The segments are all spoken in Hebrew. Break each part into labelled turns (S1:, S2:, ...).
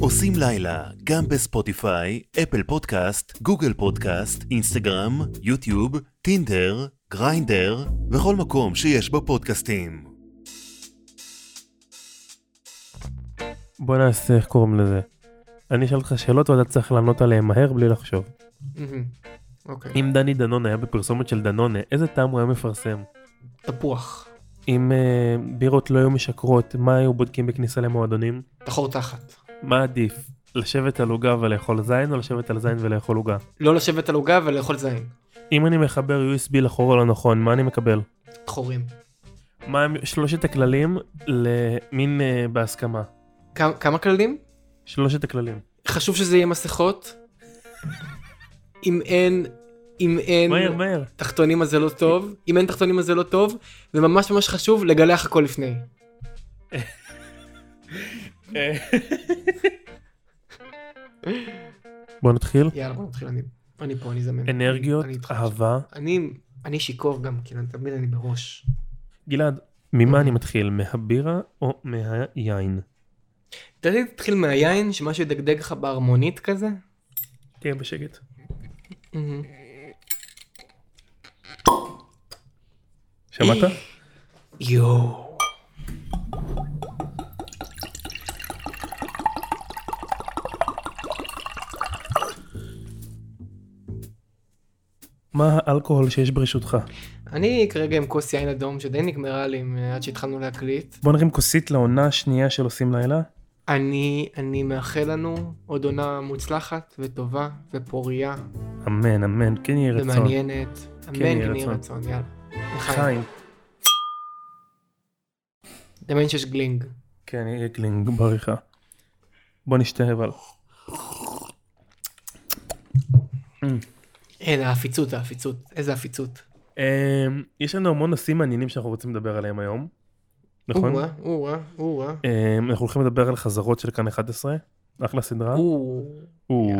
S1: עושים לילה, גם בספוטיפיי, אפל פודקאסט, גוגל פודקאסט, אינסטגרם, יוטיוב, טינדר, גריינדר, וכל מקום שיש בו פודקאסטים.
S2: בוא נעשה, איך קוראים לזה? אני אשאל אותך שאלות ואתה צריך לענות עליהן מהר בלי לחשוב.
S3: מהמם. אוקיי.
S2: אם דני דנון היה בפרסומת של דנונה, איזה טעם הוא היה מפרסם?
S3: תפוח.
S2: אם אה, בירות לא היו משקרות, מה היו בודקים בכניסה למועדונים?
S3: תחור תחת.
S2: מה עדיף? לשבת על עוגה ולאכול זין, או לשבת על זין ולאכול עוגה?
S3: לא לשבת על עוגה ולאכול זין.
S2: אם אני מחבר USB לחור הלא נכון, מה אני מקבל?
S3: תחורים.
S2: מה הם שלושת הכללים למין אה, בהסכמה?
S3: כ- כמה כללים?
S2: שלושת הכללים.
S3: חשוב שזה יהיה מסכות. אם אין... אם אין...
S2: מהר, מהר.
S3: תחתונים אז זה לא טוב. אם אין תחתונים אז זה לא טוב. וממש ממש חשוב לגלח הכל לפני.
S2: בוא נתחיל.
S3: יאללה בוא נתחיל אני. אני פה אני זמן.
S2: אנרגיות,
S3: אני איתך.
S2: אהבה.
S3: אני... אני שיכור גם כאילו אני תמיד אני בראש.
S2: גלעד, ממה אני מתחיל? מהבירה או מהיין?
S3: אתה יודע, תתחיל מהיין שמשהו ידגדג לך בהרמונית כזה.
S2: תהיה בשקט.
S3: מהמם.
S2: שמעת?
S3: יואו.
S2: מה האלכוהול שיש ברשותך?
S3: אני כרגע עם כוס יין אדום שדי נגמרה לי מ- עד שהתחלנו להקליט.
S2: בוא נרים כוסית לעונה השנייה של עושים לילה.
S3: אני, אני מאחל לנו עוד עונה מוצלחת וטובה ופוריה
S2: אמן, אמן, כן יהי רצון.
S3: ומעניינת.
S2: כן, יהי
S3: אמן כן יהי
S2: רצון.
S3: רצון, יאללה. לחיים.
S2: חיים.
S3: דמיין שיש גלינג.
S2: כן, יהיה גלינג בעריכה. בוא נשתה אבל.
S3: אין, העפיצות, העפיצות. איזה עפיצות.
S2: אמ, יש לנו המון נושאים מעניינים שאנחנו רוצים לדבר עליהם היום. נכון?
S3: אורה, אורה, אורה.
S2: אמ, אנחנו הולכים לדבר על חזרות של כאן 11. אחלה סדרה.
S3: אורה.
S2: או.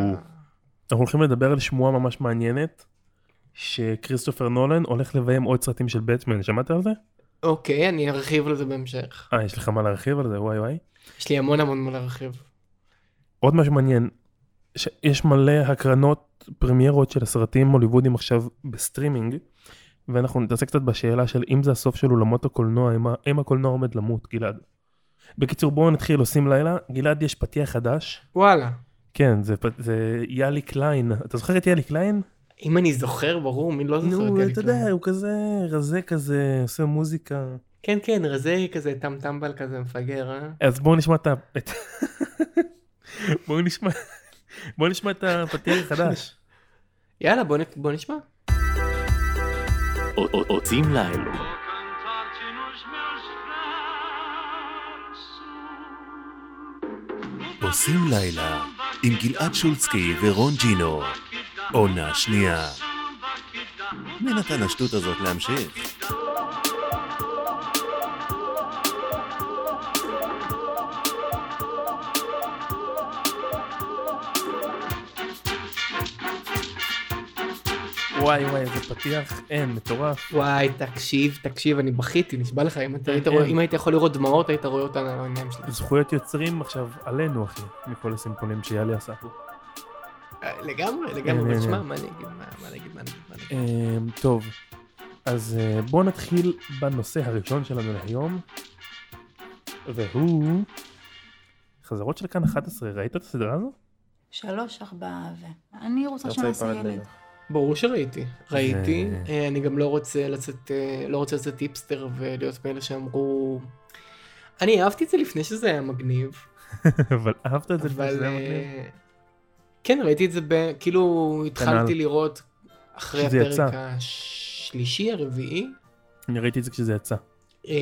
S2: אנחנו הולכים לדבר על שמועה ממש מעניינת, שכריסטופר נולן הולך לביים עוד סרטים של בטמן, שמעת על זה?
S3: אוקיי, אני ארחיב על זה בהמשך.
S2: אה, יש לך מה להרחיב על זה? וואי וואי.
S3: יש לי המון המון מה להרחיב.
S2: עוד משהו מעניין, ש- יש מלא הקרנות פרמיירות של הסרטים הוליוודים עכשיו בסטרימינג, ואנחנו נתעסק קצת בשאלה של אם זה הסוף של אולמות הקולנוע, אם ה- אם הקולנוע עומד למות, גלעד. בקיצור, בואו נתחיל, עושים לילה. גלעד, יש פתיח חדש.
S3: וואלה.
S2: כן, זה, פ- זה יאלי קליין. אתה זוכר את יאלי קליין?
S3: אם אני זוכר, ברור, מי לא זוכר
S2: נו,
S3: את אלי
S2: אתה
S3: קליין?
S2: יודע, הוא כזה רזה כזה, עושה מוזיקה.
S3: כן, כן, רזה כזה טם טמבל כזה מפגר, אה?
S2: אז בואו נשמע את ה... את- בואו נשמע... בואו נשמע את הפתיח החדש.
S3: יאללה, בוא נ- בוא נשמע.
S1: עושים לילה.
S4: cantar te nos meus braços.
S1: עושים לילה עם גלעד שולצקי ורון ג'ינו. עונה שנייה. מי נתן השטות הזאת להמשיך?
S2: וואי וואי, איזה פתיח, אין, מטורף.
S3: וואי, תקשיב, תקשיב, אני בכיתי, נשבע לך, אם אתה
S2: אין,
S3: היית רואה-
S2: אין.
S3: אם היית יכול לראות דמעות, היית רואה אותן על העיניים שלי.
S2: זכויות יוצרים עכשיו עלינו, אחי, מכל הסימפולים שיאלי עשה פה.
S3: אה, לגמרי,
S2: אין, אין,
S3: לגמרי, תשמע,
S2: אין.
S3: מה אני אגיד, מה מה אני אגיד, מה אני אגיד, מה אני אגיד.
S2: אמ, טוב, אז אה, בואו נתחיל בנושא הראשון שלנו להיום, והוא... חזרות של כאן 11, ראית את הסדרה הזו?
S5: שלוש, ארבע ו... אני רוצה
S2: רוצה
S5: שנעשה
S2: להיפרד
S5: ילד.
S2: לילה.
S3: ברור שראיתי, ראיתי,
S2: אה.
S3: אה, אני גם לא רוצה לצאת, אה, לא רוצה לצאת טיפסטר ולהיות מאלה שאמרו... אני אהבתי את זה לפני שזה היה מגניב,
S2: אבל אהבת את זה לפני
S3: אבל...
S2: שזה היה
S3: אה,
S2: מגניב?
S3: כן, ראיתי את זה ב... כאילו, התחלתי
S2: כנ"ל.
S3: לראות אחרי
S2: כשזה יצא.
S3: הפרק השלישי, הרביעי.
S2: אני ראיתי את זה כשזה יצא.
S3: אה,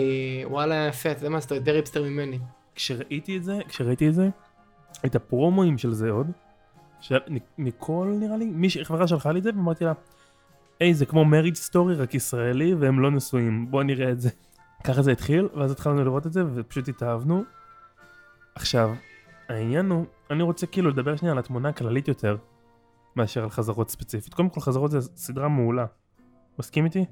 S3: וואלה, יפה, אתה יודע מה, אז אתה יותר היפסטר ממני.
S2: כשראיתי את זה, כשראיתי את זה, את הפרומואים של זה עוד, של נ- ניקול נראה לי, מישהי חברה שלחה לי את זה ואמרתי לה, היי זה כמו מריג' סטורי רק ישראלי והם לא נשואים, בוא נראה את זה. ככה זה התחיל, ואז התחלנו לראות את זה ופשוט התאהבנו. עכשיו, העניין הוא, אני רוצה כאילו לדבר שנייה על התמונה הכללית יותר, מאשר על חזרות ספציפית. קודם כל חזרות זה סדרה מעולה. מסכים איתי?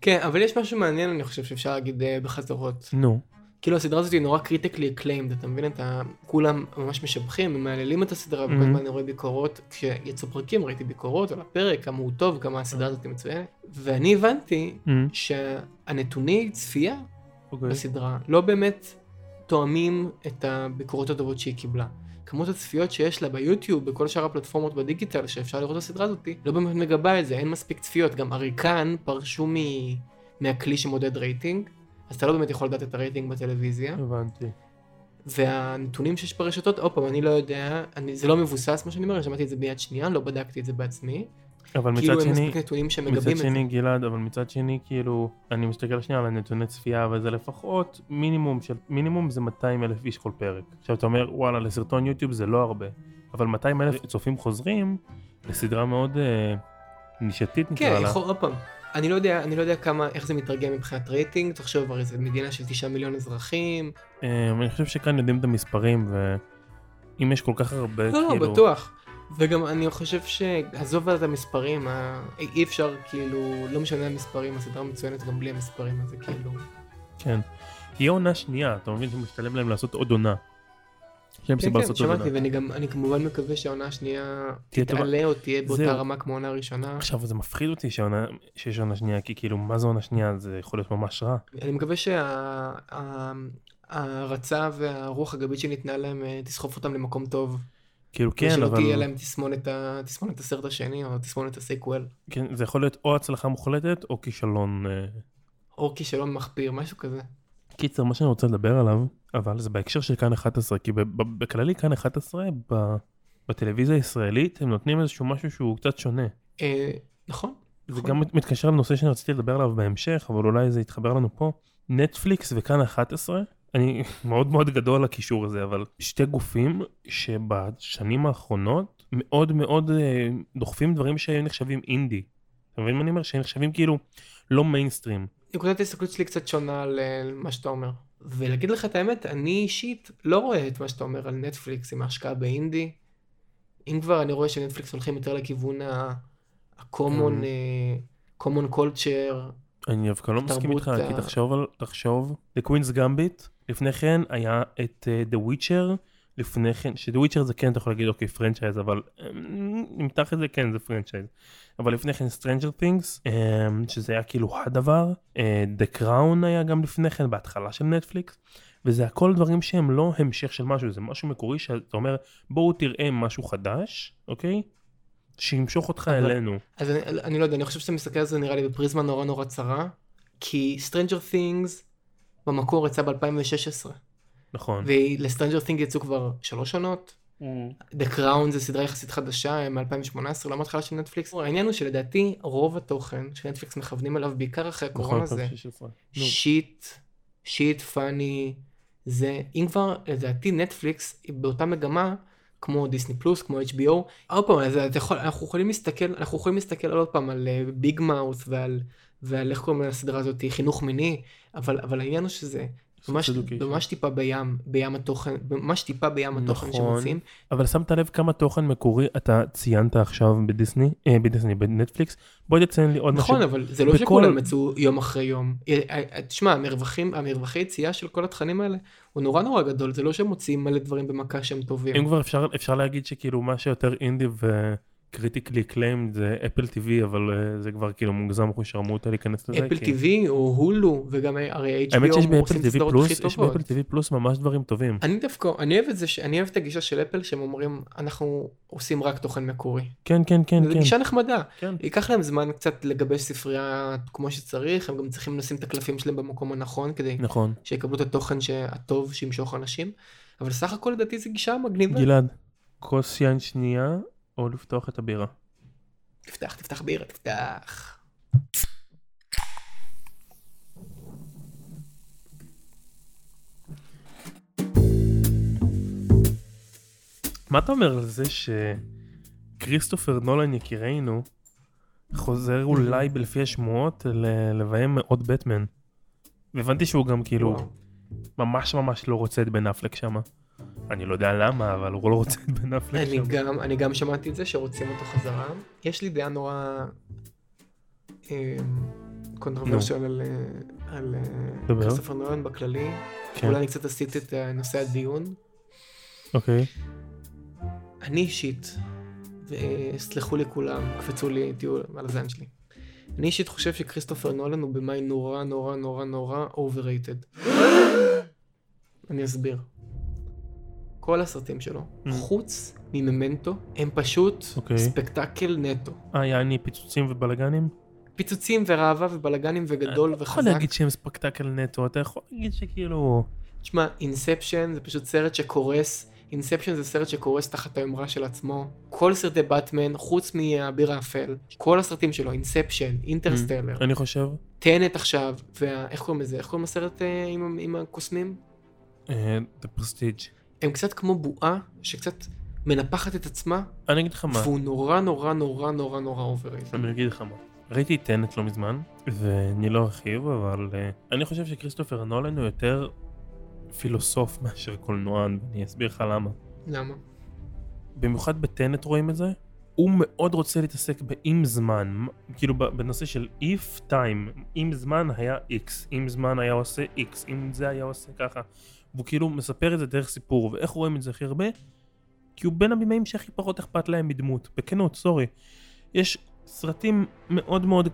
S3: כן, אבל יש משהו מעניין, אני חושב שאפשר להגיד אה, בחזרות.
S2: נו.
S3: כאילו הסדרה הזאת היא נורא קריטיקלי אקליימד, אתה מבין? אתה, כולם ממש משבחים, ומהללים את הסדרה, וכל
S2: Mhm.
S3: הזמן אני רואה ביקורות, כשיצאו פרקים ראיתי ביקורות על הפרק, כמה הוא טוב, כמה הסדרה הזאת היא מצוינת, ואני הבנתי
S2: אמ,
S3: שהנתוני צפייה
S2: אוקיי.
S3: בסדרה לא באמת תואמים את הביקורות הטובות שהיא קיבלה. כמות הצפיות שיש לה ביוטיוב, בכל שאר הפלטפורמות בדיגיטל שאפשר לראות את הסדרה הזאת, לא באמת מגבה את זה, אין מספיק צפיות. גם עריקן פרשו מ... מהכלי שמודד רייטינג, אז אתה לא באמת יכול לדעת את הרייטינג בטלוויזיה.
S2: הבנתי.
S3: והנתונים שיש ברשתות, עוד פעם, אני לא יודע, אני, זה לא מבוסס מה שאני אומר, שמעתי את זה ביד שנייה, לא בדקתי את זה בעצמי.
S2: אבל מצד
S3: כאילו אין
S2: שני,
S3: מספיק נתונים שמגבים
S2: מצד
S3: את זה.
S2: שני גלעד, אבל מצד שני כאילו, אני מסתכל שנייה על הנתוני צפייה, אבל זה לפחות מינימום של, מינימום זה 200 אלף איש כל פרק. עכשיו אתה אומר וואלה לסרטון יוטיוב זה לא הרבה, אבל 200 אלף צופים חוזרים לסדרה מאוד אה, נישתית
S3: כן,
S2: נקרא לה.
S3: יכול, עוד פעם. אני לא יודע, אני לא יודע כמה, איך זה מתרגם מבחינת רייטינג, תחשוב, הרי זו מדינה של תשעה מיליון אזרחים.
S2: אה, אני חושב שכאן יודעים את המספרים ואם יש כל כך הרבה
S3: לא,
S2: כאילו,
S3: לא, בטוח. וגם אני חושב שעזוב את המספרים, ה- אי אי אפשר כאילו, לא משנה המספרים, הסדרה מצוינת גם בלי המספרים, אז זה כאילו...
S2: כן. תהיה עונה שנייה, אתה מבין שמשתלם להם לעשות עוד עונה. יש להם
S3: כן,
S2: סיבה
S3: כן,
S2: לעשות עוד עונה.
S3: שמעתי, ואני גם, אני כמובן מקווה שהעונה השנייה
S2: תהיה טובה.
S3: תעלה או תהיה באותה
S2: זהו.
S3: רמה כמו העונה הראשונה.
S2: עכשיו זה מפחיד אותי שעונה, שיש עונה שנייה כי כאילו מה זה עונה שנייה זה יכול להיות ממש רע.
S3: אני מקווה שההערצה והרוח הגבית שניתנה להם אה, תסחוף אותם למקום טוב.
S2: כאילו
S3: כן,
S2: כן
S3: שלא
S2: אבל
S3: תהיה להם תסמונת ה- תסמונת הסרט השני או תסמונת הסיקוול.
S2: כן, זה יכול להיות או הצלחה מוחלטת או כישלון. אה.
S3: או כישלון מחפיר, משהו כזה.
S2: קיצר מה שאני רוצה לדבר עליו אבל זה בהקשר של כאן 11 כי ב- ב- בכללי כאן 11 ב- בטלוויזיה הישראלית הם נותנים איזשהו משהו שהוא קצת שונה.
S3: אה, נכון.
S2: זה
S3: נכון.
S2: גם מת- מתקשר לנושא שאני רציתי לדבר עליו בהמשך, אבל אולי זה יתחבר לנו פה. נטפליקס וכאן 11, אני מאוד מאוד גדול על הקישור הזה, אבל שתי גופים שבשנים האחרונות מאוד מאוד אה, דוחפים דברים שנחשבים אינדי. אתה מבין מה אני אומר? שנחשבים כאילו לא מיינסטרים.
S3: נקודת ההסתכלות שלי קצת שונה על אה, מה שאתה אומר. ולהגיד לך את האמת, אני אישית לא רואה את מה שאתה אומר על נטפליקס עם ההשקעה באינדי. אם כבר, אני רואה שנטפליקס הולכים יותר לכיוון ה-common
S2: Mhm.
S3: אה, common culture.
S2: אני דווקא לא מסכים
S3: התרבות
S2: איתך,
S3: ה-
S2: כי תחשוב על, תחשוב, לקווינס גמביט, לפני כן היה את דה וויצ'ר, לפני כן, שדה וויצ'ר זה כן, אתה יכול להגיד אוקיי פרנצ'ייז, אבל אה, נמתח את זה כן, זה פרנצ'ייז. אבל לפני כן סטרנג'ר טינגס, שזה היה כאילו הדבר, דה קראון היה גם לפני כן, בהתחלה של נטפליקס, וזה הכל דברים שהם לא המשך של משהו, זה משהו מקורי שאתה אומר, בואו תראה משהו חדש, אוקיי? שימשוך אותך
S3: אבל-
S2: אלינו.
S3: אז אני, אני לא יודע, אני חושב שאתה מסתכל על זה נראה לי בפריזמה נורא נורא צרה, כי Stranger Things במקור יצא ב-2016,
S2: נכון.
S3: ולסטרנג'ר Things יצאו כבר שלוש עונות, The Crown זה סדרה יחסית חדשה מ-2018, לא מההתחלה של נטפליקס. העניין הוא שלדעתי רוב התוכן שנטפליקס מכוונים אליו, בעיקר אחרי הקורונה
S2: נכון,
S3: זה
S2: 2016. נו.
S3: שיט, שיט פאני, זה, אם כבר, לדעתי נטפליקס היא באותה מגמה כמו דיסני פלוס, כמו HBO. עוד פעם, אז אתה יכול, אנחנו יכולים להסתכל, אנחנו יכולים להסתכל עוד פעם על אה, ביג מאוס ועל, ועל איך קוראים לסדרה הזאת, חינוך מיני, אבל, אבל העניין הוא שזה ממש,
S2: Seducation.
S3: ממש טיפה בים, בים התוכן, ממש טיפה בים התוכן
S2: נכון.
S3: שמציעים.
S2: אבל שמת לב כמה תוכן מקורי אתה ציינת עכשיו בדיסני, אה, בדיסני, בנטפליקס, בואי תציין לי עוד
S3: נכון,
S2: משהו.
S3: אבל זה לא
S2: בכל-
S3: שכולם יצאו יום אחרי יום. אה, אה, תשמע, המרווחים, המרווחי יציאה של כל התכנים האלה הוא נורא נורא גדול, זה לא שהם מוציאים מלא דברים במכה שהם
S2: אם
S3: טובים.
S2: כבר אפשר, אפשר להגיד שכאילו מה שיותר אינדי וקריטיקלי קליימד זה אפל TV, אבל אה, זה כבר כאילו מוגזם אחוז שרמוטה להיכנס לזה.
S3: אפל
S2: כי-
S3: TV או הולו, וגם הרי HBO
S2: כן. האמת שיש
S3: עושים
S2: באפל TV
S3: סדרות הכי
S2: פלוס, יש
S3: טובות.
S2: באפל TV פלוס ממש דברים טובים.
S3: אני דווקא, אני אוהב את זה, ש- אני אוהב את הגישה של אפל שהם אומרים, אנחנו עושים רק תוכן מקורי.
S2: כן, כן, כן,
S3: זו
S2: כן.
S3: גישה נחמדה.
S2: כן.
S3: ייקח להם זמן קצת לגבש ספרייה כמו שצריך, הם גם צריכים לשים את הקלפים שלהם במקום הנכון כדי
S2: נכון.
S3: שיקבלו את התוכן הטוב שימשוך אנשים, אבל סך הכל לדעתי זו גישה מגניבה.
S2: גלעד, כוס יין שנייה, או לפתוח את הבירה.
S3: תפתח, תפתח בירה, תפתח.
S2: מה אתה אומר על זה שכריסטופר נולן יקירנו חוזר
S3: Mhm.
S2: אולי לפי השמועות ל- לביים עוד בטמן. והבנתי שהוא גם כאילו
S3: וואו.
S2: ממש ממש לא רוצה את בן אפלק שמה. אני לא יודע למה אבל הוא לא רוצה את בן אפלק
S3: אני
S2: שמה.
S3: גם, אני גם שמעתי את זה שרוצים אותו חזרה. יש לי דעה נורא אמ, קונטרוברסיאל על, אה, על אה,
S2: דבר.
S3: כריסטופר נולן בכללי.
S2: כן.
S3: אולי אני קצת עשיתי את אה, נושא הדיון.
S2: אוקיי.
S3: אני אישית, וסלחו לי כולם, קפצו לי, תהיו על הזין שלי. אני אישית חושב שכריסטופר נולן הוא במאי נורא נורא נורא נורא overrated. אני אסביר. כל הסרטים שלו,
S2: Mm.
S3: חוץ מממנטו, הם פשוט
S2: אוקיי.
S3: ספקטקל נטו.
S2: אה, יעני פיצוצים ובלאגנים?
S3: פיצוצים וראווה ובלאגנים וגדול
S2: אתה לא יכול
S3: וחזק.
S2: להגיד שהם ספקטקל נטו, אתה יכול להגיד שכאילו...
S3: תשמע, אינספשן זה פשוט סרט שקורס, אינספשן זה סרט שקורס תחת היומרה של עצמו. כל סרטי באטמן, חוץ מהאביר האפל, כל הסרטים שלו, אינספשן, אינטרסטלר,
S2: אני חושב...
S3: טנט עכשיו, ואיך קוראים לזה, איך קוראים לסרט אה, עם, עם הקוסמים?
S2: אה, The Prestige.
S3: הם קצת כמו בועה שקצת מנפחת את עצמה,
S2: אני אגיד לך מה.
S3: והוא נורא נורא נורא נורא נורא אוברייט.
S2: אני אגיד לך מה. ראיתי את טנט לא מזמן, ואני לא ארחיב, אבל אה, אני חושב שכריסטופר נולן הוא יותר פילוסוף מאשר קולנוען, ואני אסביר לך למה.
S3: למה?
S2: במיוחד בטנט רואים את זה, הוא מאוד רוצה להתעסק בעם זמן, כאילו ב- בנושא של if time, אם זמן היה x, אם זמן היה עושה x, אם זה היה עושה ככה, והוא כאילו מספר את זה דרך סיפור, ואיך רואים את זה הכי הרבה? כי הוא בין הבמאים שהכי פחות אכפת להם מדמות, בכנות, סורי. יש סרטים מאוד מאוד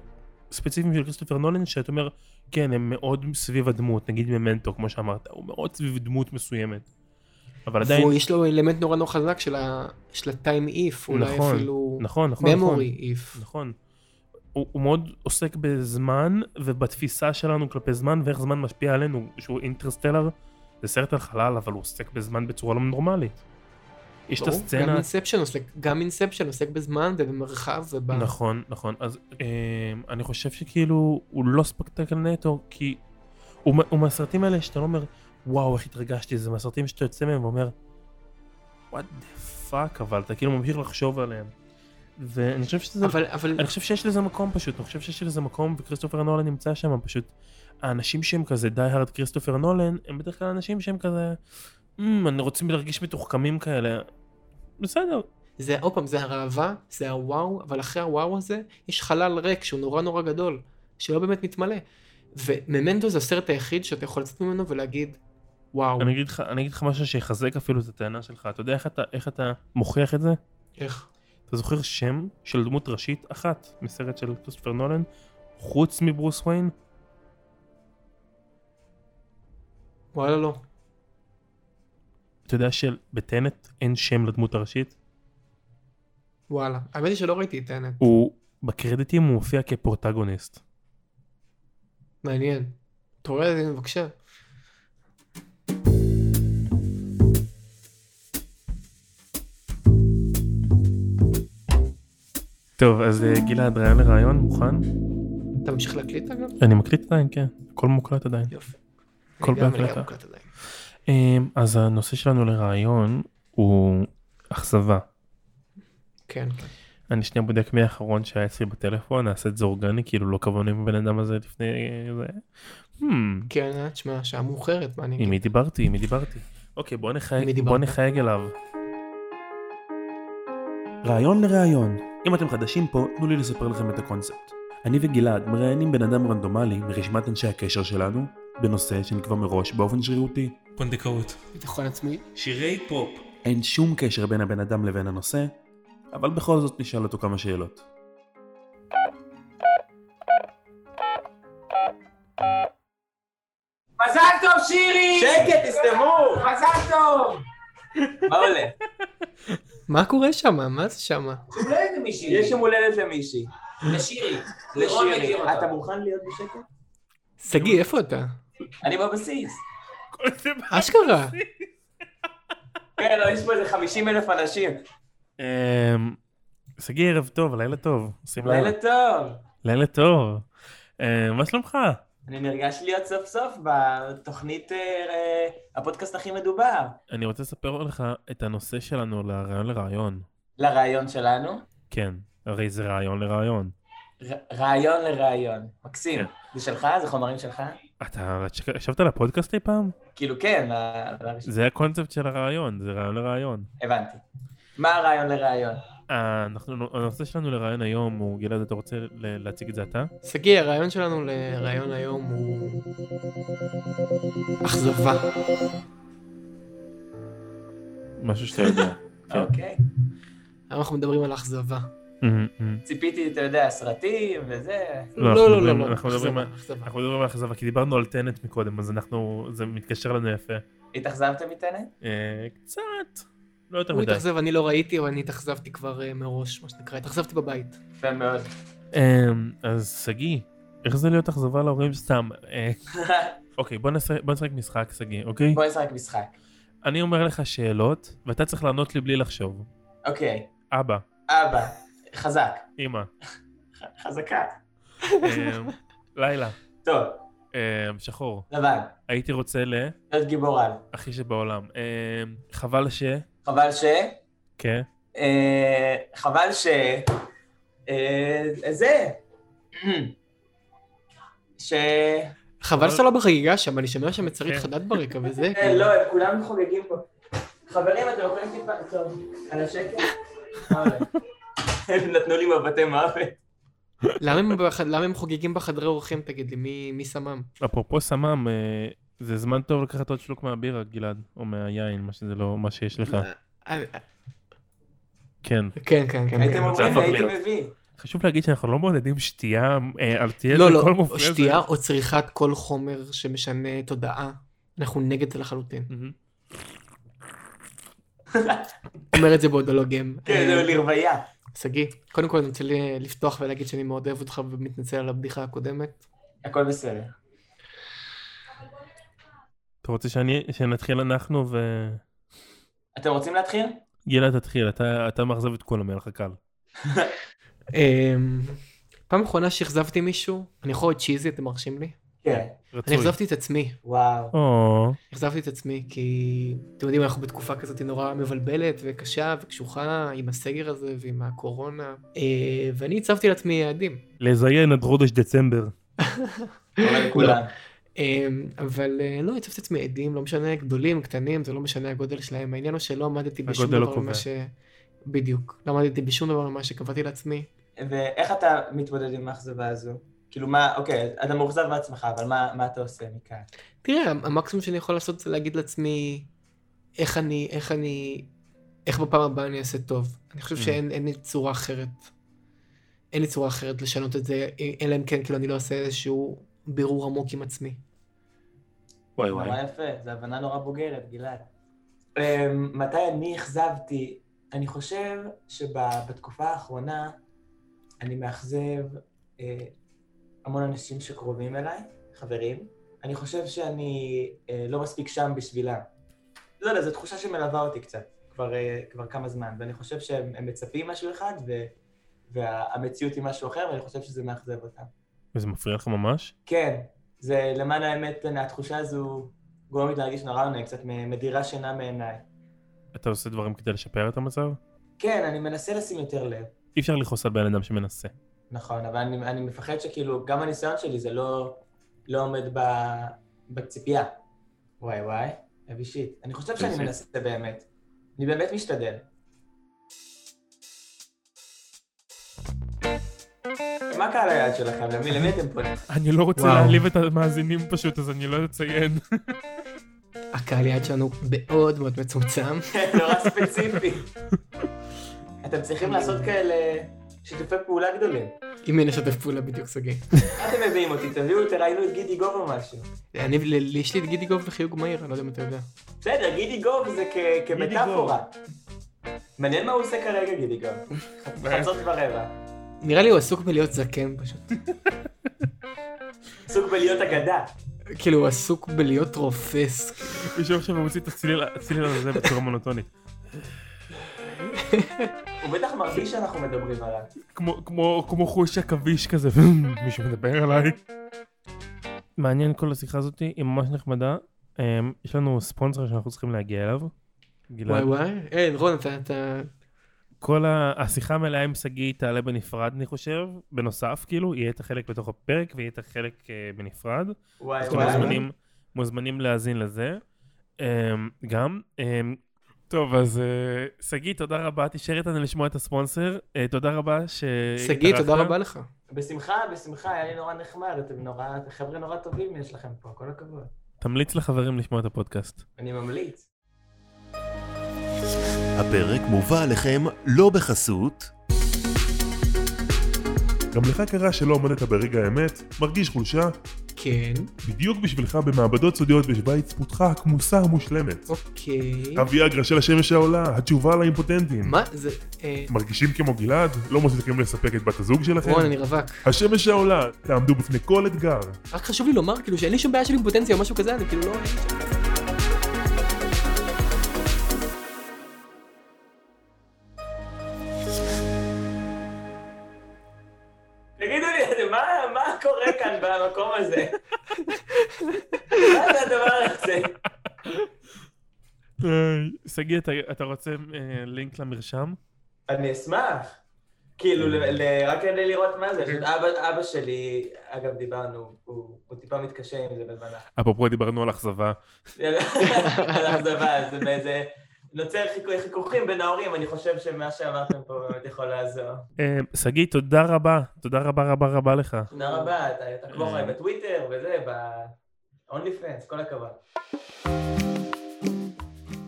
S2: ספציפיים של כריסטופר נולן, שאתה אומר, כן, הם מאוד סביב הדמות, נגיד ממנטו, כמו שאמרת, הוא מאוד סביב דמות מסוימת. אבל עדיין...
S3: והוא יש לו אלמנט נורא נורא חזק של ה- של ה-time if, אולי
S2: נכון,
S3: אפילו
S2: נכון, נכון, נכון.
S3: memory if.
S2: נכון. הוא, הוא מאוד עוסק בזמן ובתפיסה שלנו כלפי זמן ואיך זמן משפיע עלינו, שהוא אינטרסטלר, זה סרט על חלל, אבל הוא עוסק בזמן בצורה לא נורמלית. יש את
S3: ברור, גם
S2: הסצנה...
S3: אינספשן עוסק, גם אינספשן עוסק בזמן ובמרחב וב...
S2: נכון, נכון. אז אה, אני חושב שכאילו הוא לא ספקטקל נטו, כי הוא, מה- הוא מהסרטים האלה שאתה לא אומר, וואו, איך התרגשתי, זה מהסרטים שאתה יוצא מהם ואומר, what the fuck, אבל אתה כאילו ממשיך לחשוב עליהם. ואני חושב שזה...
S3: אבל, אבל,
S2: אני חושב שיש לזה מקום פשוט, אני חושב שיש לזה מקום וכריסטופר נולן נמצא שם פשוט. האנשים שהם כזה די הארד כריסטופר נולן, הם בדרך כלל אנשים שהם כזה, "אמ, אני רוצים להרגיש מתוחכמים כאלה. בסדר,
S3: זה, עוד פעם, זה הראווה, זה הוואו, אבל אחרי הוואו הזה, יש חלל ריק שהוא נורא נורא גדול, שלא באמת מתמלא. וממנטו זה הסרט היחיד שאתה יכול לצאת ממנו ולהגיד, וואו,
S2: אני אגיד לך, אני אגיד לך משהו שיחזק אפילו את הטענה שלך, אתה יודע איך אתה, איך אתה מוכיח את זה?
S3: איך?
S2: אתה זוכר שם של דמות ראשית אחת מסרט של כריסטופר נולן, חוץ מברוס וויין?
S3: וואלה לא.
S2: אתה יודע שבטנט אין שם לדמות הראשית?
S3: וואלה. האמת היא שלא ראיתי את האמת.
S2: הוא, בקרדיטים הוא מופיע כפרוטגוניסט.
S3: מעניין. תורה את זה בבקשה.
S2: טוב, אז אה, גלעד, רעיון לרעיון, מוכן?
S3: אתה ממשיך להקליט אגב?
S2: אני מקליט עדיין, כן. הכל מוקלט עדיין.
S3: יופי.
S2: הכל
S3: גם- גם
S2: בהקלטה.
S3: מוקלט עדיין.
S2: אמ, אז הנושא שלנו לרעיון הוא אכזבה.
S3: כן, כן.
S2: אני שנייה בודק מי האחרון שהיה אצלי בטלפון, נעשה את זה אורגני, כאילו לא קבענו עם הבן אדם הזה לפני אה, זה. Hmm,
S3: כן, אה, תשמע, שעה מאוחרת, מה אני אגיד?
S2: עם מי דיברתי? עם מי דיברתי? אוקיי, בוא
S3: עם מי
S2: נחייג,
S3: דיברת?
S2: בוא נחייג אליו.
S6: רעיון לרעיון. אם אתם חדשים פה, תנו לי לספר לכם את הקונספט. אני וגלעד מראיינים בן אדם רנדומלי מרשימת אנשי הקשר שלנו, בנושא שנקבע מראש באופן שרירותי.
S2: פונדקאות.
S3: ביטחון עצמי?
S6: שירי פופ. אין שום קשר בין הבן אדם לבין הנושא, אבל בכל זאת נשאל אותו כמה שאלות.
S7: מזל טוב, שירי! שקט, תסתמו! מזל טוב! מה עולה?
S3: מה קורה שם? מה זה שם?
S7: יש יום הולדת למישהי. לשירי. לשירי. אתה מוכן להיות בשקט?
S3: שגיא, איפה אתה?
S7: אני בבסיס.
S3: אשכרה.
S7: כן, לא, יש פה איזה 50 אלף אנשים.
S2: אמ, שגיא, ערב טוב, לילה טוב. שים לב.
S7: לילה טוב.
S2: לילה טוב. אה, מה שלומך?
S7: אני נרגש להיות סוף סוף בתוכנית אה, אה, הפודקאסט הכי מדובר.
S2: אני רוצה לספר לך את הנושא שלנו לרעיון לרעיון.
S7: לרעיון שלנו.
S2: כן, הרי זה רעיון לרעיון.
S7: ר- רעיון לרעיון. מקסים.
S2: כן.
S7: זה שלך? זה חומרים שלך?
S2: אתה ישבת על הפודקאסט אי פעם?
S7: כאילו, כן, ה- הדבר הראשון.
S2: זה הקונספט של הרעיון, זה רעיון לרעיון. אה,
S7: הבנתי. מה הרעיון לרעיון?
S2: אנחנו- הנושא שלנו לרעיון היום הוא, גלעד, אתה רוצה ל- להציג את זה אתה?
S3: שגיא, הרעיון שלנו לרעיון היום הוא... אכזבה.
S2: משהו שאתה יודע. כן.
S7: אוקיי.
S3: היום אנחנו מדברים על אכזבה.
S2: מ- מ-
S7: ציפיתי, אתה יודע, סרטים וזה.
S2: לא, אנחנו מדברים- אנחנו מדברים
S3: אכזבה,
S2: על-
S3: אכזבה.
S2: אנחנו מדברים על אכזבה, כי דיברנו על טנט מקודם, אז אנחנו, זה מתקשר לנו יפה.
S7: התאכזבתם מטנט?
S2: אה, קצת, לא יותר
S3: הוא
S2: מדי.
S3: התאכזב, אני לא ראיתי, אבל אני התאכזבתי כבר אה, מראש, מה שנקרא. התאכזבתי בבית.
S7: יפה מאוד.
S2: אמ, אז שגיא, איך זה להיות אכזבה להורים סתם? אה, אוקיי, בוא נעשה- בוא נשחק משחק, שגיא, אוקיי?
S7: בוא נשחק משחק.
S2: אני אומר לך שאלות, ואתה צריך לענות לי בלי לחשוב.
S7: אוקיי.
S2: אבא,
S7: אבא. חזק.
S2: אמא,
S7: חזקה.
S2: אמ, לילה,
S7: טוב.
S2: אמ, שחור,
S7: לבן.
S2: הייתי רוצה ל...
S7: להיות גיבור על.
S2: הכי שבעולם. אמ, חבל ש...
S7: חבל ש...
S2: כן.
S7: אה, חבל ש... אה, זה... ש... אה,
S3: חבל שאתה לא בחגיגה שם, אני שומע שם את שרית
S2: כן.
S3: חדד ברקע וזה.
S7: אה, לא, הם כולם חוגגים פה. חברים, אתם יכולים טיפה... טוב, על השקט? הם נתנו לי מבטי מוות.
S3: למה הם בח- למה הם חוגגים בחדרי אורחים, תגיד לי? מי- מי סמם?
S2: אפרופו סמם, אה, זה זמן טוב לקחת עוד שלוק מהבירה, גלעד, או מהיין, מה שזה לא, מה שיש לך.
S3: אה,
S2: כן.
S3: כן, כן, כן.
S7: הייתם
S2: זה
S7: אומרים,
S2: הפך
S7: הייתי
S2: להיות.
S7: מבין.
S2: חשוב להגיד שאנחנו לא מעודדים שתייה אה, על תהיה
S3: לא,
S2: לכל
S3: לא,
S2: מופרזת.
S3: שתייה או צריכת כל חומר שמשנה תודעה. אנחנו נגד זה לחלוטין.
S2: מהמם.
S3: אומר את זה בהוד הלוגם.
S7: כן, זה לרוויה.
S3: שגיא, קודם כל אני רוצה ל- לפתוח ולהגיד שאני מאוד אוהב אותך ומתנצל על הבדיחה הקודמת.
S7: הכל בסדר.
S2: אתה רוצה שאני, שנתחיל אנחנו ו...
S7: אתם רוצים להתחיל?
S2: גלעד תתחיל, אתה, אתה מאכזב את כולם, יהיה לך קל.
S3: אמ, פעם אחרונה שאכזבתי מישהו, אני יכול להיות צ'יזי, אתם מרשים לי?
S7: כן.
S2: רצוי.
S3: אני אכזבתי את עצמי.
S7: וואו.
S2: או,
S3: אכזבתי את עצמי כי אתם יודעים אנחנו בתקופה כזאת נורא מבלבלת וקשה וקשוחה עם הסגר הזה ועם הקורונה אה, ואני הצבתי לעצמי יעדים
S2: לזיין עד חודש דצמבר.
S7: קורה לכולם.
S3: אה, אבל אה, לא הצבתי לעצמי יעדים לא משנה גדולים קטנים זה לא משנה הגודל שלהם העניין הוא שלא עמדתי בשום
S2: הגודל לא
S3: דבר ממה
S2: קובע.
S3: ש... בדיוק לא עמדתי בשום דבר ממה שקבעתי לעצמי
S7: ואיך אתה מתמודד עם האכזבה הזו? כאילו מה, אוקיי, אתה מאוכזב בעצמך, אבל מה מה אתה עושה מכאן?
S3: תראה, המקסימום שאני יכול לעשות זה להגיד לעצמי איך אני, איך אני, איך בפעם הבאה אני אעשה טוב. אני חושב
S2: Mm.
S3: שאין אין לי צורה אחרת. אין לי צורה אחרת לשנות את זה, א- אלא אם כן, כאילו, אני לא אעשה איזשהו בירור עמוק עם עצמי.
S2: וואי
S7: נורא יפה, זו הבנה נורא בוגרת, גלעד. אמ, מתי אני אכזבתי? אני חושב שבתקופה האחרונה אני מאכזב אה, המון אנשים שקרובים אליי, חברים. אני חושב שאני אה, לא מספיק שם בשבילם. לא יודע, זו תחושה שמלווה אותי קצת כבר, אה, כבר כמה זמן, ואני חושב שהם הם מצפים משהו אחד, ו, והמציאות היא משהו אחר, ואני חושב שזה מאכזב אותם.
S2: וזה מפריע לך ממש?
S7: כן, זה למען האמת, התחושה הזו גורמת לי להרגיש נורא עונה, קצת מדירה שינה מעיניי.
S2: אתה עושה דברים כדי לשפר את המצב?
S7: כן, אני מנסה לשים יותר לב,
S2: אי אפשר לכעוס על בן אדם שמנסה.
S7: נכון, אבל אני, אני מפחד שכאילו, גם הניסיון שלי זה לא, לא עומד ב, בציפייה. וואי וואי, heavy shit. אני חושב שאני
S2: shit.
S7: מנסה באמת. אני באמת משתדל. מה קהל היעד שלכם? למי, למי אתם פונים?
S2: אני לא רוצה
S3: וואו.
S2: להעליב את המאזינים פשוט, אז אני לא אציין.
S3: הקהל יעד שלנו מאוד מאוד מצומצם.
S7: כן, נורא ספציפי. אתם צריכים לעשות כאלה שיתופי פעולה גדולים.
S3: אם אין לשתף פעולה בדיוק סוגי.
S7: אתם מביאים אותי, תביאו, תראיינו את גידי גוב או משהו.
S3: אני, ל- לי יש לי את גידי גוב וחיוג מהיר, אני לא יודע אם אתה יודע.
S7: בסדר, גידי גוב זה כ- כמטאפורה. מעניין מה הוא עושה כרגע, גידי גוב. חצות ורבע.
S3: נראה לי הוא עסוק בלהיות זקן פשוט.
S7: עסוק בלהיות אגדה.
S3: כאילו, הוא עסוק בלהיות רופס.
S2: מישהו עכשיו מוציא את הצליל הצליל הזה בצורה מונוטונית.
S7: הוא בטח מרגיש שאנחנו מדברים עליו.
S2: כמו, כמו, כמו חוש עכביש כזה, מישהו מדבר עליי. מעניין כל השיחה הזאת, היא ממש נחמדה. אמ, יש לנו ספונסר שאנחנו צריכים להגיע אליו.
S3: וואי
S2: גלעד,
S3: וואי. אין, רון, אתה, אתה...
S2: כל ה- השיחה המלאה עם שגיא תעלה בנפרד, אני חושב. בנוסף, כאילו, יהיה את החלק בתוך הפרק ויהיה את החלק אה, בנפרד.
S7: וואי
S2: אתם
S7: וואי.
S2: מוזמנים, מוזמנים להאזין לזה. אמ, גם, אמ, טוב, אז אה, שגיא, תודה רבה. תישאר איתנו לשמוע את הספונסר. אה, תודה רבה ש...
S3: שגיא, תודה רבה לך.
S7: בשמחה, בשמחה, היה לי נורא נחמד, אתם נורא, אתם חבר'ה נורא טובים יש לכם פה, כל הכבוד.
S2: תמליץ לחברים לשמוע את הפודקאסט.
S7: אני ממליץ.
S1: הפרק מובא עליכם לא בחסות,
S8: גם לך קרה שלא עמדת ברגע האמת, מרגיש חולשה,
S3: כן,
S8: בדיוק בשבילך במעבדות סודיות בשוויץ פותחה הכמוסה המושלמת.
S3: אוקיי.
S8: הוויאגרה של השמש העולה, התשובה לאימפוטנטים.
S3: מה זה? אה,
S8: מרגישים כמו גלעד? לא מצליחים לספק את בת הזוג שלכם?
S3: רון, אני רווק.
S8: השמש העולה, תעמדו בפני כל אתגר.
S3: רק חשוב לי לומר, כאילו, שאין לי שום בעיה של אימפוטנציה או משהו כזה, אני כאילו לא...
S7: תגידו לי, מה, מה קורה כאן במקום הזה? מה זה הדבר הזה?
S2: אה, שגיא, אתה, אתה רוצה אה, לינק למרשם?
S7: אני אשמח. כאילו, ל- ל- רק כדי לראות מה זה. פשוט אבא, אבא שלי, אגב, דיברנו, הוא, הוא טיפה מתקשה עם זה בזמן
S2: אפרופו דיברנו על אכזבה.
S7: על האכזבה, זה באיזה... נוצר חיכו- חיכוכים בין ההורים, אני חושב שמה שאמרתם פה באמת יכול לעזור.
S2: אה, שגיא, תודה רבה. תודה רבה רבה רבה לך.
S7: תודה רבה, אתה- אתה כמו חיים בטוויטר וזה, ב-only fans, כל הכבוד.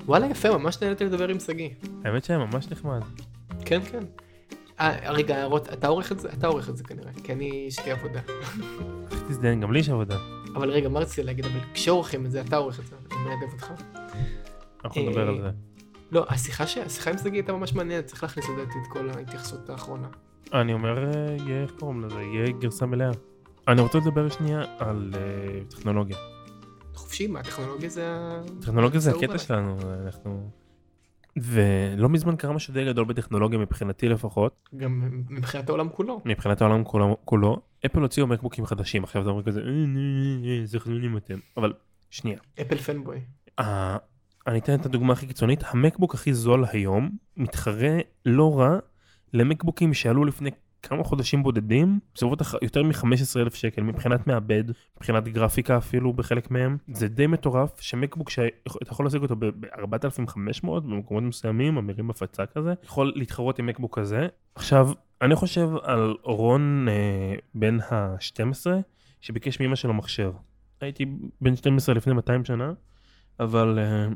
S3: וואלה, יפה, ממש נהניתי לדבר עם שגיא.
S2: האמת שהיה ממש נחמד.
S3: כן, כן. אה, רגע, הערות, אתה עורך את זה? אתה עורך את זה כנראה, כי אני, יש לי עבודה.
S2: איך תזדיין, גם לי יש עבודה.
S3: אבל רגע, מה רציתי להגיד, אבל כשעורכים את זה, אתה עורך את זה, אני מאדב אותך.
S2: אנחנו
S3: אה,
S2: נדבר על זה.
S3: לא, השיחה, ש... השיחה עם שגיא הייתה ממש מעניינת, צריך להכניס לדעתי את כל ההתייחסות האחרונה.
S2: אני אומר, אה, יהיה, איך קוראים לזה? יהיה גרסה מלאה. אני רוצה לדבר שנייה על אה, טכנולוגיה.
S3: חופשי, מה, הטכנולוגיה זה... ה-
S2: טכנולוגיה זה
S3: צהוב
S2: הקטע
S3: עליי.
S2: שלנו, אנחנו... ולא מזמן קרה משהו די גדול בטכנולוגיה מבחינתי לפחות,
S3: גם מבחינת העולם כולו.
S2: מבחינת העולם כולו, כולו. אפל הוציאו מקבוקים חדשים, עכשיו אתה אומר כזה, "אה, אה, אה, זה חנונים אתם, אבל שנייה.
S3: אפל פנבוי.
S2: ה- אני אתן את הדוגמה הכי קיצונית, המקבוק הכי זול היום מתחרה לא רע למקבוקים שעלו לפני כמה חודשים בודדים, בסביבות הח- יותר מ-15,000 שקל מבחינת מעבד, מבחינת גרפיקה אפילו בחלק מהם. זה די מטורף שמקבוק שאתה יכול להשיג אותו ב-4,500 במקומות מסוימים, אמירים הפצה כזה, יכול להתחרות עם מקבוק כזה. עכשיו, אני חושב על רון אה, בן ה-12 שביקש מאמא שלו מחשב. הייתי בן 12 לפני 200 שנה. אבל אה,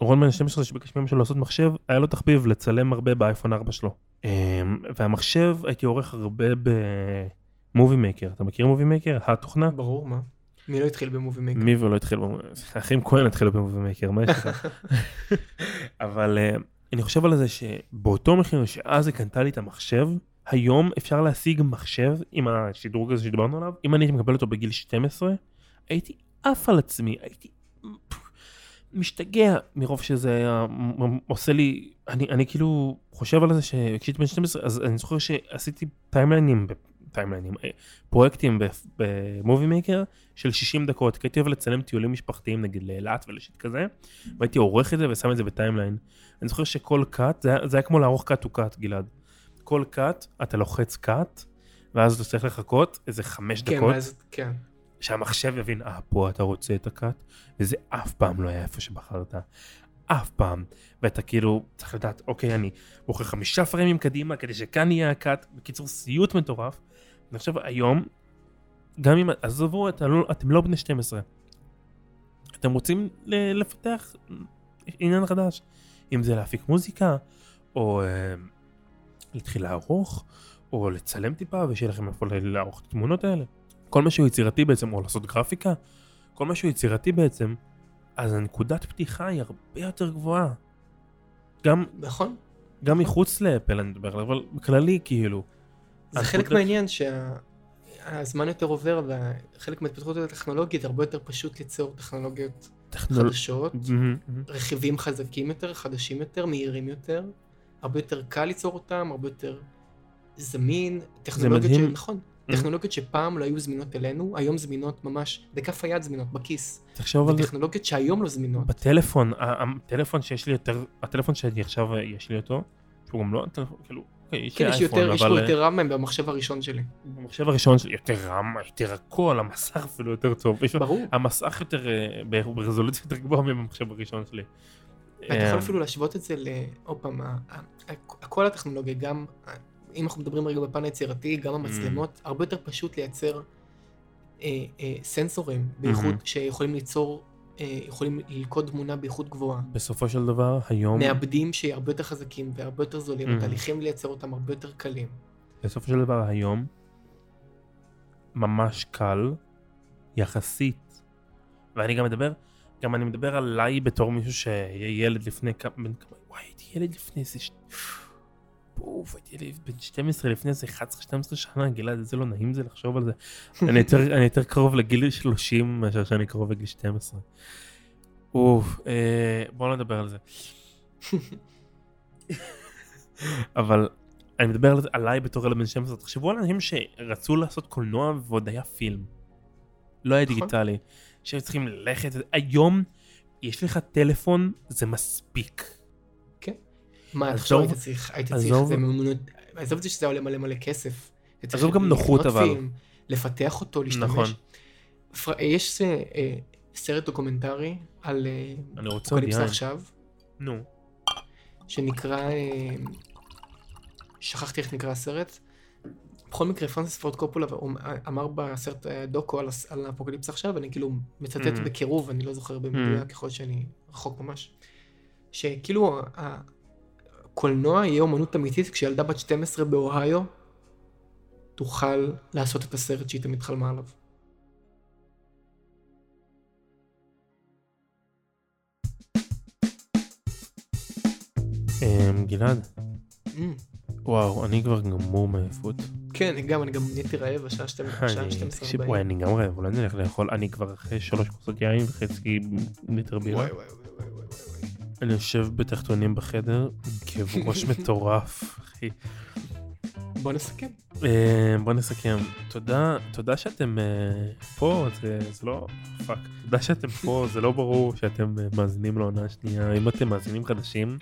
S2: רון בן 12 שביקש מאמא שלו לעשות מחשב, היה לו תחביב לצלם הרבה באייפון 4 שלו. אה, והמחשב, הייתי עורך הרבה במובי מייקר. אתה מכיר מובי מייקר? התוכנה?
S3: ברור, מה? מי לא התחיל במובי מייקר?
S2: מי ולא התחיל במובי... האחים כהן התחילו במובי מייקר, מה יש לך? אבל אה, אני חושב על זה שבאותו מחיר שאז היא קנתה לי את המחשב, היום אפשר להשיג מחשב עם השדרוג הזה שדיברנו עליו. אם אני הייתי מקבל אותו בגיל 12, הייתי עף על עצמי, הייתי משתגע מרוב שזה היה מ- מ- עושה לי, אני, אני כאילו חושב על זה שכשהייתי בן 12, אז אני זוכר שעשיתי טיימליינים, ב- טיימליינים, אה, פרויקטים במובי מייקר של 60 דקות, כי הייתי אוהב לצלם טיולים משפחתיים נגיד לאילת ולשיט כזה, והייתי עורך את זה ושם את זה בטיימליין. אני זוכר שכל קאט, זה, היה- זה היה כמו לערוך קאט טו קאט, גלעד. כל קאט, אתה לוחץ קאט, ואז אתה צריך לחכות איזה חמש
S3: כן,
S2: דקות.
S3: אז, כן.
S2: שהמחשב יבין, אה, פה אתה רוצה את הקאט, וזה אף פעם לא היה איפה שבחרת. אף פעם. ואתה כאילו צריך לדעת, אוקיי, אני בוחר חמישה פרמים קדימה כדי שכאן יהיה הקאט. בקיצור, סיוט מטורף. אני חושב היום, גם אם, עזבו, אתה לא, אתם לא בני 12. אתם רוצים ל- לפתח עניין חדש. אם זה להפיק מוזיקה, או אה, להתחיל לערוך, או לצלם טיפה, ושיהיה לכם איפה ל- לערוך את התמונות האלה. כל מה שהוא יצירתי בעצם, או לעשות גרפיקה, כל מה שהוא יצירתי בעצם, אז הנקודת פתיחה היא הרבה יותר גבוהה. גם,
S3: נכון?
S2: גם מחוץ לאפל אני מדבר, אבל בכללי כאילו.
S3: זה
S2: אז
S3: חלק
S2: בודק-
S3: מהעניין שהזמן יותר עובר וחלק מההתפתחות הטכנולוגית הרבה יותר פשוט ליצור טכנולוגיות
S2: טכנול...
S3: חדשות,
S2: מהמם, מהמם.
S3: רכיבים חזקים יותר, חדשים יותר, מהירים יותר, הרבה יותר קל ליצור אותם, הרבה יותר זמין, טכנולוגיות ש...
S2: מדהים. Mm-hmm.
S3: נכון, טכנולוגיות שפעם לא היו זמינות אלינו, היום זמינות ממש, בכף היד זמינות, בכיס,
S2: תחשוב על זה.
S3: וטכנולוגיות שהיום לא זמינות.
S2: בטלפון, ה- הטלפון שיש לי יותר, הטלפון שאני עכשיו, אה, יש לי אותו, שהוא גם לא, הטלפון, כאילו, אוקיי, יש
S3: כן,
S2: לי
S3: יש לי
S2: אייפון,
S3: יותר, יש לו
S2: אבל אה,
S3: יותר רם מהם במחשב הראשון שלי,
S2: במחשב הראשון שלי יותר רם, יותר הכל, המסך אפילו יותר טוב. יש לו-
S3: ברור.
S2: המסך יותר, אה, ברזולוציה יותר גבוהה מהמחשב הראשון שלי.
S3: ואתה יכול
S2: אה,
S3: אפילו להשוות את זה ל... עוד פעם, ה- ה- ה- כל הטכנולוגיה, גם, ה- אם אנחנו מדברים רגע בפן היצירתי, גם המצלמות, הרבה יותר פשוט לייצר אה, אה, סנסורים באיכות, שיכולים ליצור, אה, יכולים ללכוד תמונה באיכות גבוהה.
S2: בסופו של דבר, היום,
S3: מעבדים שהרבה יותר חזקים והרבה יותר זולים,
S2: Mhm.
S3: התהליכים לייצר אותם הרבה יותר קלים.
S2: בסופו של דבר, היום, ממש קל, יחסית, ואני גם מדבר, גם אני מדבר עליי בתור מישהו שהיה ילד לפני כמה, בן כמה, וואי, הייתי ילד לפני איזה, ש- פוף, הייתי ילד בן 12 לפני איזה 11-12 שנה, גלעד, איזה לא נעים זה לחשוב על זה. אני יותר, אני יותר קרוב לגיל 30 מאשר שאני קרוב לגיל 12. אוף, אה, בואו לא נדבר על זה. אבל אני מדבר על זה עליי בתור ילד בן 12, תחשבו על אנשים שרצו לעשות קולנוע ועוד היה פילם. לא היה
S3: נכון.
S2: דיגיטלי. שהיו צריכים ללכת, היום יש לך טלפון, זה מספיק.
S3: מה,
S2: עזוב-
S3: תחשוב, היית צריך, היית צריך,
S2: עזוב-
S3: זה ממונות, עזוב את זה שזה עולה מלא מלא כסף. אתה צריך
S2: עזוב גם
S3: לקנות
S2: נוחות, אבל.
S3: פילם, לפתח אותו, להשתמש.
S2: נכון.
S3: פר- יש אה, אה, סרט דוקומנטרי על אה,
S2: אני רוצה עוד
S3: אפוקליפסה
S2: יין.
S3: עכשיו,
S2: נו.
S3: שנקרא, אה, שכחתי איך נקרא הסרט. בכל מקרה, פרנסיס פורד קופולה הוא אמר בסרט אה, דוקו על הס- על האפוקליפסה עכשיו, אני כאילו מצטט
S2: Mm.
S3: בקירוב, אני לא זוכר במדויק, ככל שאני רחוק ממש. שכאילו, ה- הקולנוע יהיה אומנות אמיתית כשילדה בת 12 באוהיו תוכל לעשות את הסרט שהיא תמיד חלמה עליו.
S2: אמ, גלעד,
S3: Mm.
S2: וואו, אני כבר גמור מעייפות.
S3: כן, גם, אני גם נהייתי רעב בשעה 12
S2: אני-
S3: בשעה 12
S2: תקשיב, וואי, אני גם רעב, אולי נלך לאכול. אני כבר אחרי שלוש כוסות יין וחצי ליטר
S3: וואי,
S2: בירה.
S3: וואי, וואי, וואי, וואי, וואי.
S2: אני יושב בתחתונים בחדר, עם כאב ראש מטורף, אחי.
S3: בוא נסכם.
S2: אה, בוא נסכם. תודה, תודה שאתם אה, פה, זה, זה לא... פאק. תודה שאתם פה, זה לא ברור שאתם אה, מאזינים לעונה השנייה. אם אתם מאזינים חדשים,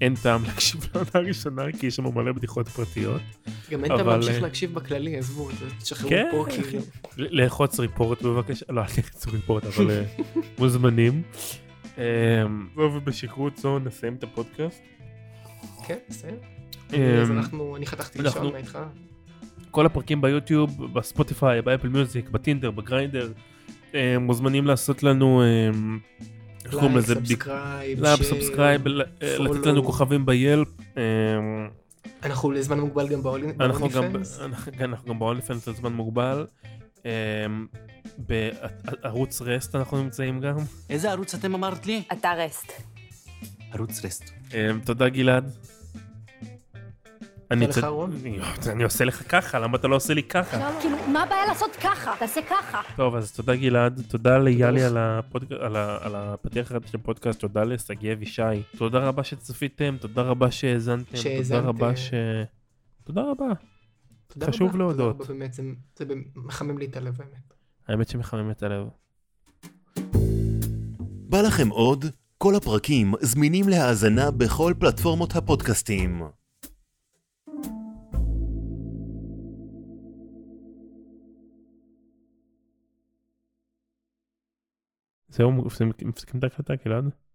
S2: אין טעם להקשיב לעונה הראשונה, כי יש שם מלא בדיחות פרטיות.
S3: גם אין טעם
S2: אבל,
S3: להמשיך
S2: אה,
S3: להקשיב בכללי, עזבו, תשחררו
S2: כן,
S3: פה
S2: אחי.
S3: כאילו.
S2: ל- לחוץ ריפורט בבקשה, לא, אל תחצו ריפורט, אבל אה, מוזמנים. אה, טוב, ובשכרות זו נסיים את הפודקאסט.
S3: כן, בסדר.
S2: אה,
S3: אז אנחנו, אני חתכתי
S2: אנחנו-
S3: לישון, מה איתך?
S2: כל הפרקים ביוטיוב, בספוטיפיי, באפל מיוזיק, בטינדר, בגריינדר, אה, מוזמנים לעשות לנו, אה, איך קוראים לזה? בדיק-
S3: סאבסקרייב,
S2: לייב,
S3: share.
S2: סאבסקרייב, ל- אה,
S3: follow.
S2: לתת לנו כוכבים ביילפ. אה,
S3: אנחנו לזמן מוגבל גם ב-only-
S2: אנחנו גם
S3: ב-OnlyFans.
S2: אנחנו- כן, אנחנו גם ב-OnlyFans לזמן מוגבל. אה, בערוץ רסט אנחנו נמצאים גם.
S9: איזה ערוץ אתם אמרת לי?
S5: אתה רסט.
S9: ערוץ רסט.
S2: אה, תודה גלעד. אני
S3: לך,
S2: צד-
S3: רון?
S2: אני- אני עושה לך ככה, למה אתה לא עושה לי ככה?
S5: כאילו, מה הבעיה לעשות ככה? תעשה ככה.
S2: טוב, אז תודה גלעד, תודה ליאלי
S3: לך.
S2: על, הפודק... על, ה... על הפתיח החדש של הפודקאסט, תודה לשגיא אבישי, תודה רבה שצפיתם, תודה רבה שהאזנתם, תודה
S3: שהאזנתם.
S2: רבה ש... תודה רבה,
S3: תודה
S2: חשוב
S3: רבה,
S2: להודות.
S3: תודה רבה, באמת, זה- זה באמת מחמם לי את הלב, האמת.
S2: האמת שמחמם את הלב.
S1: בא לכם עוד? כל הפרקים זמינים להאזנה בכל פלטפורמות הפודקאסטים.
S2: זהו, מפסיקים מפסיקים את ההקלטה, גלעד?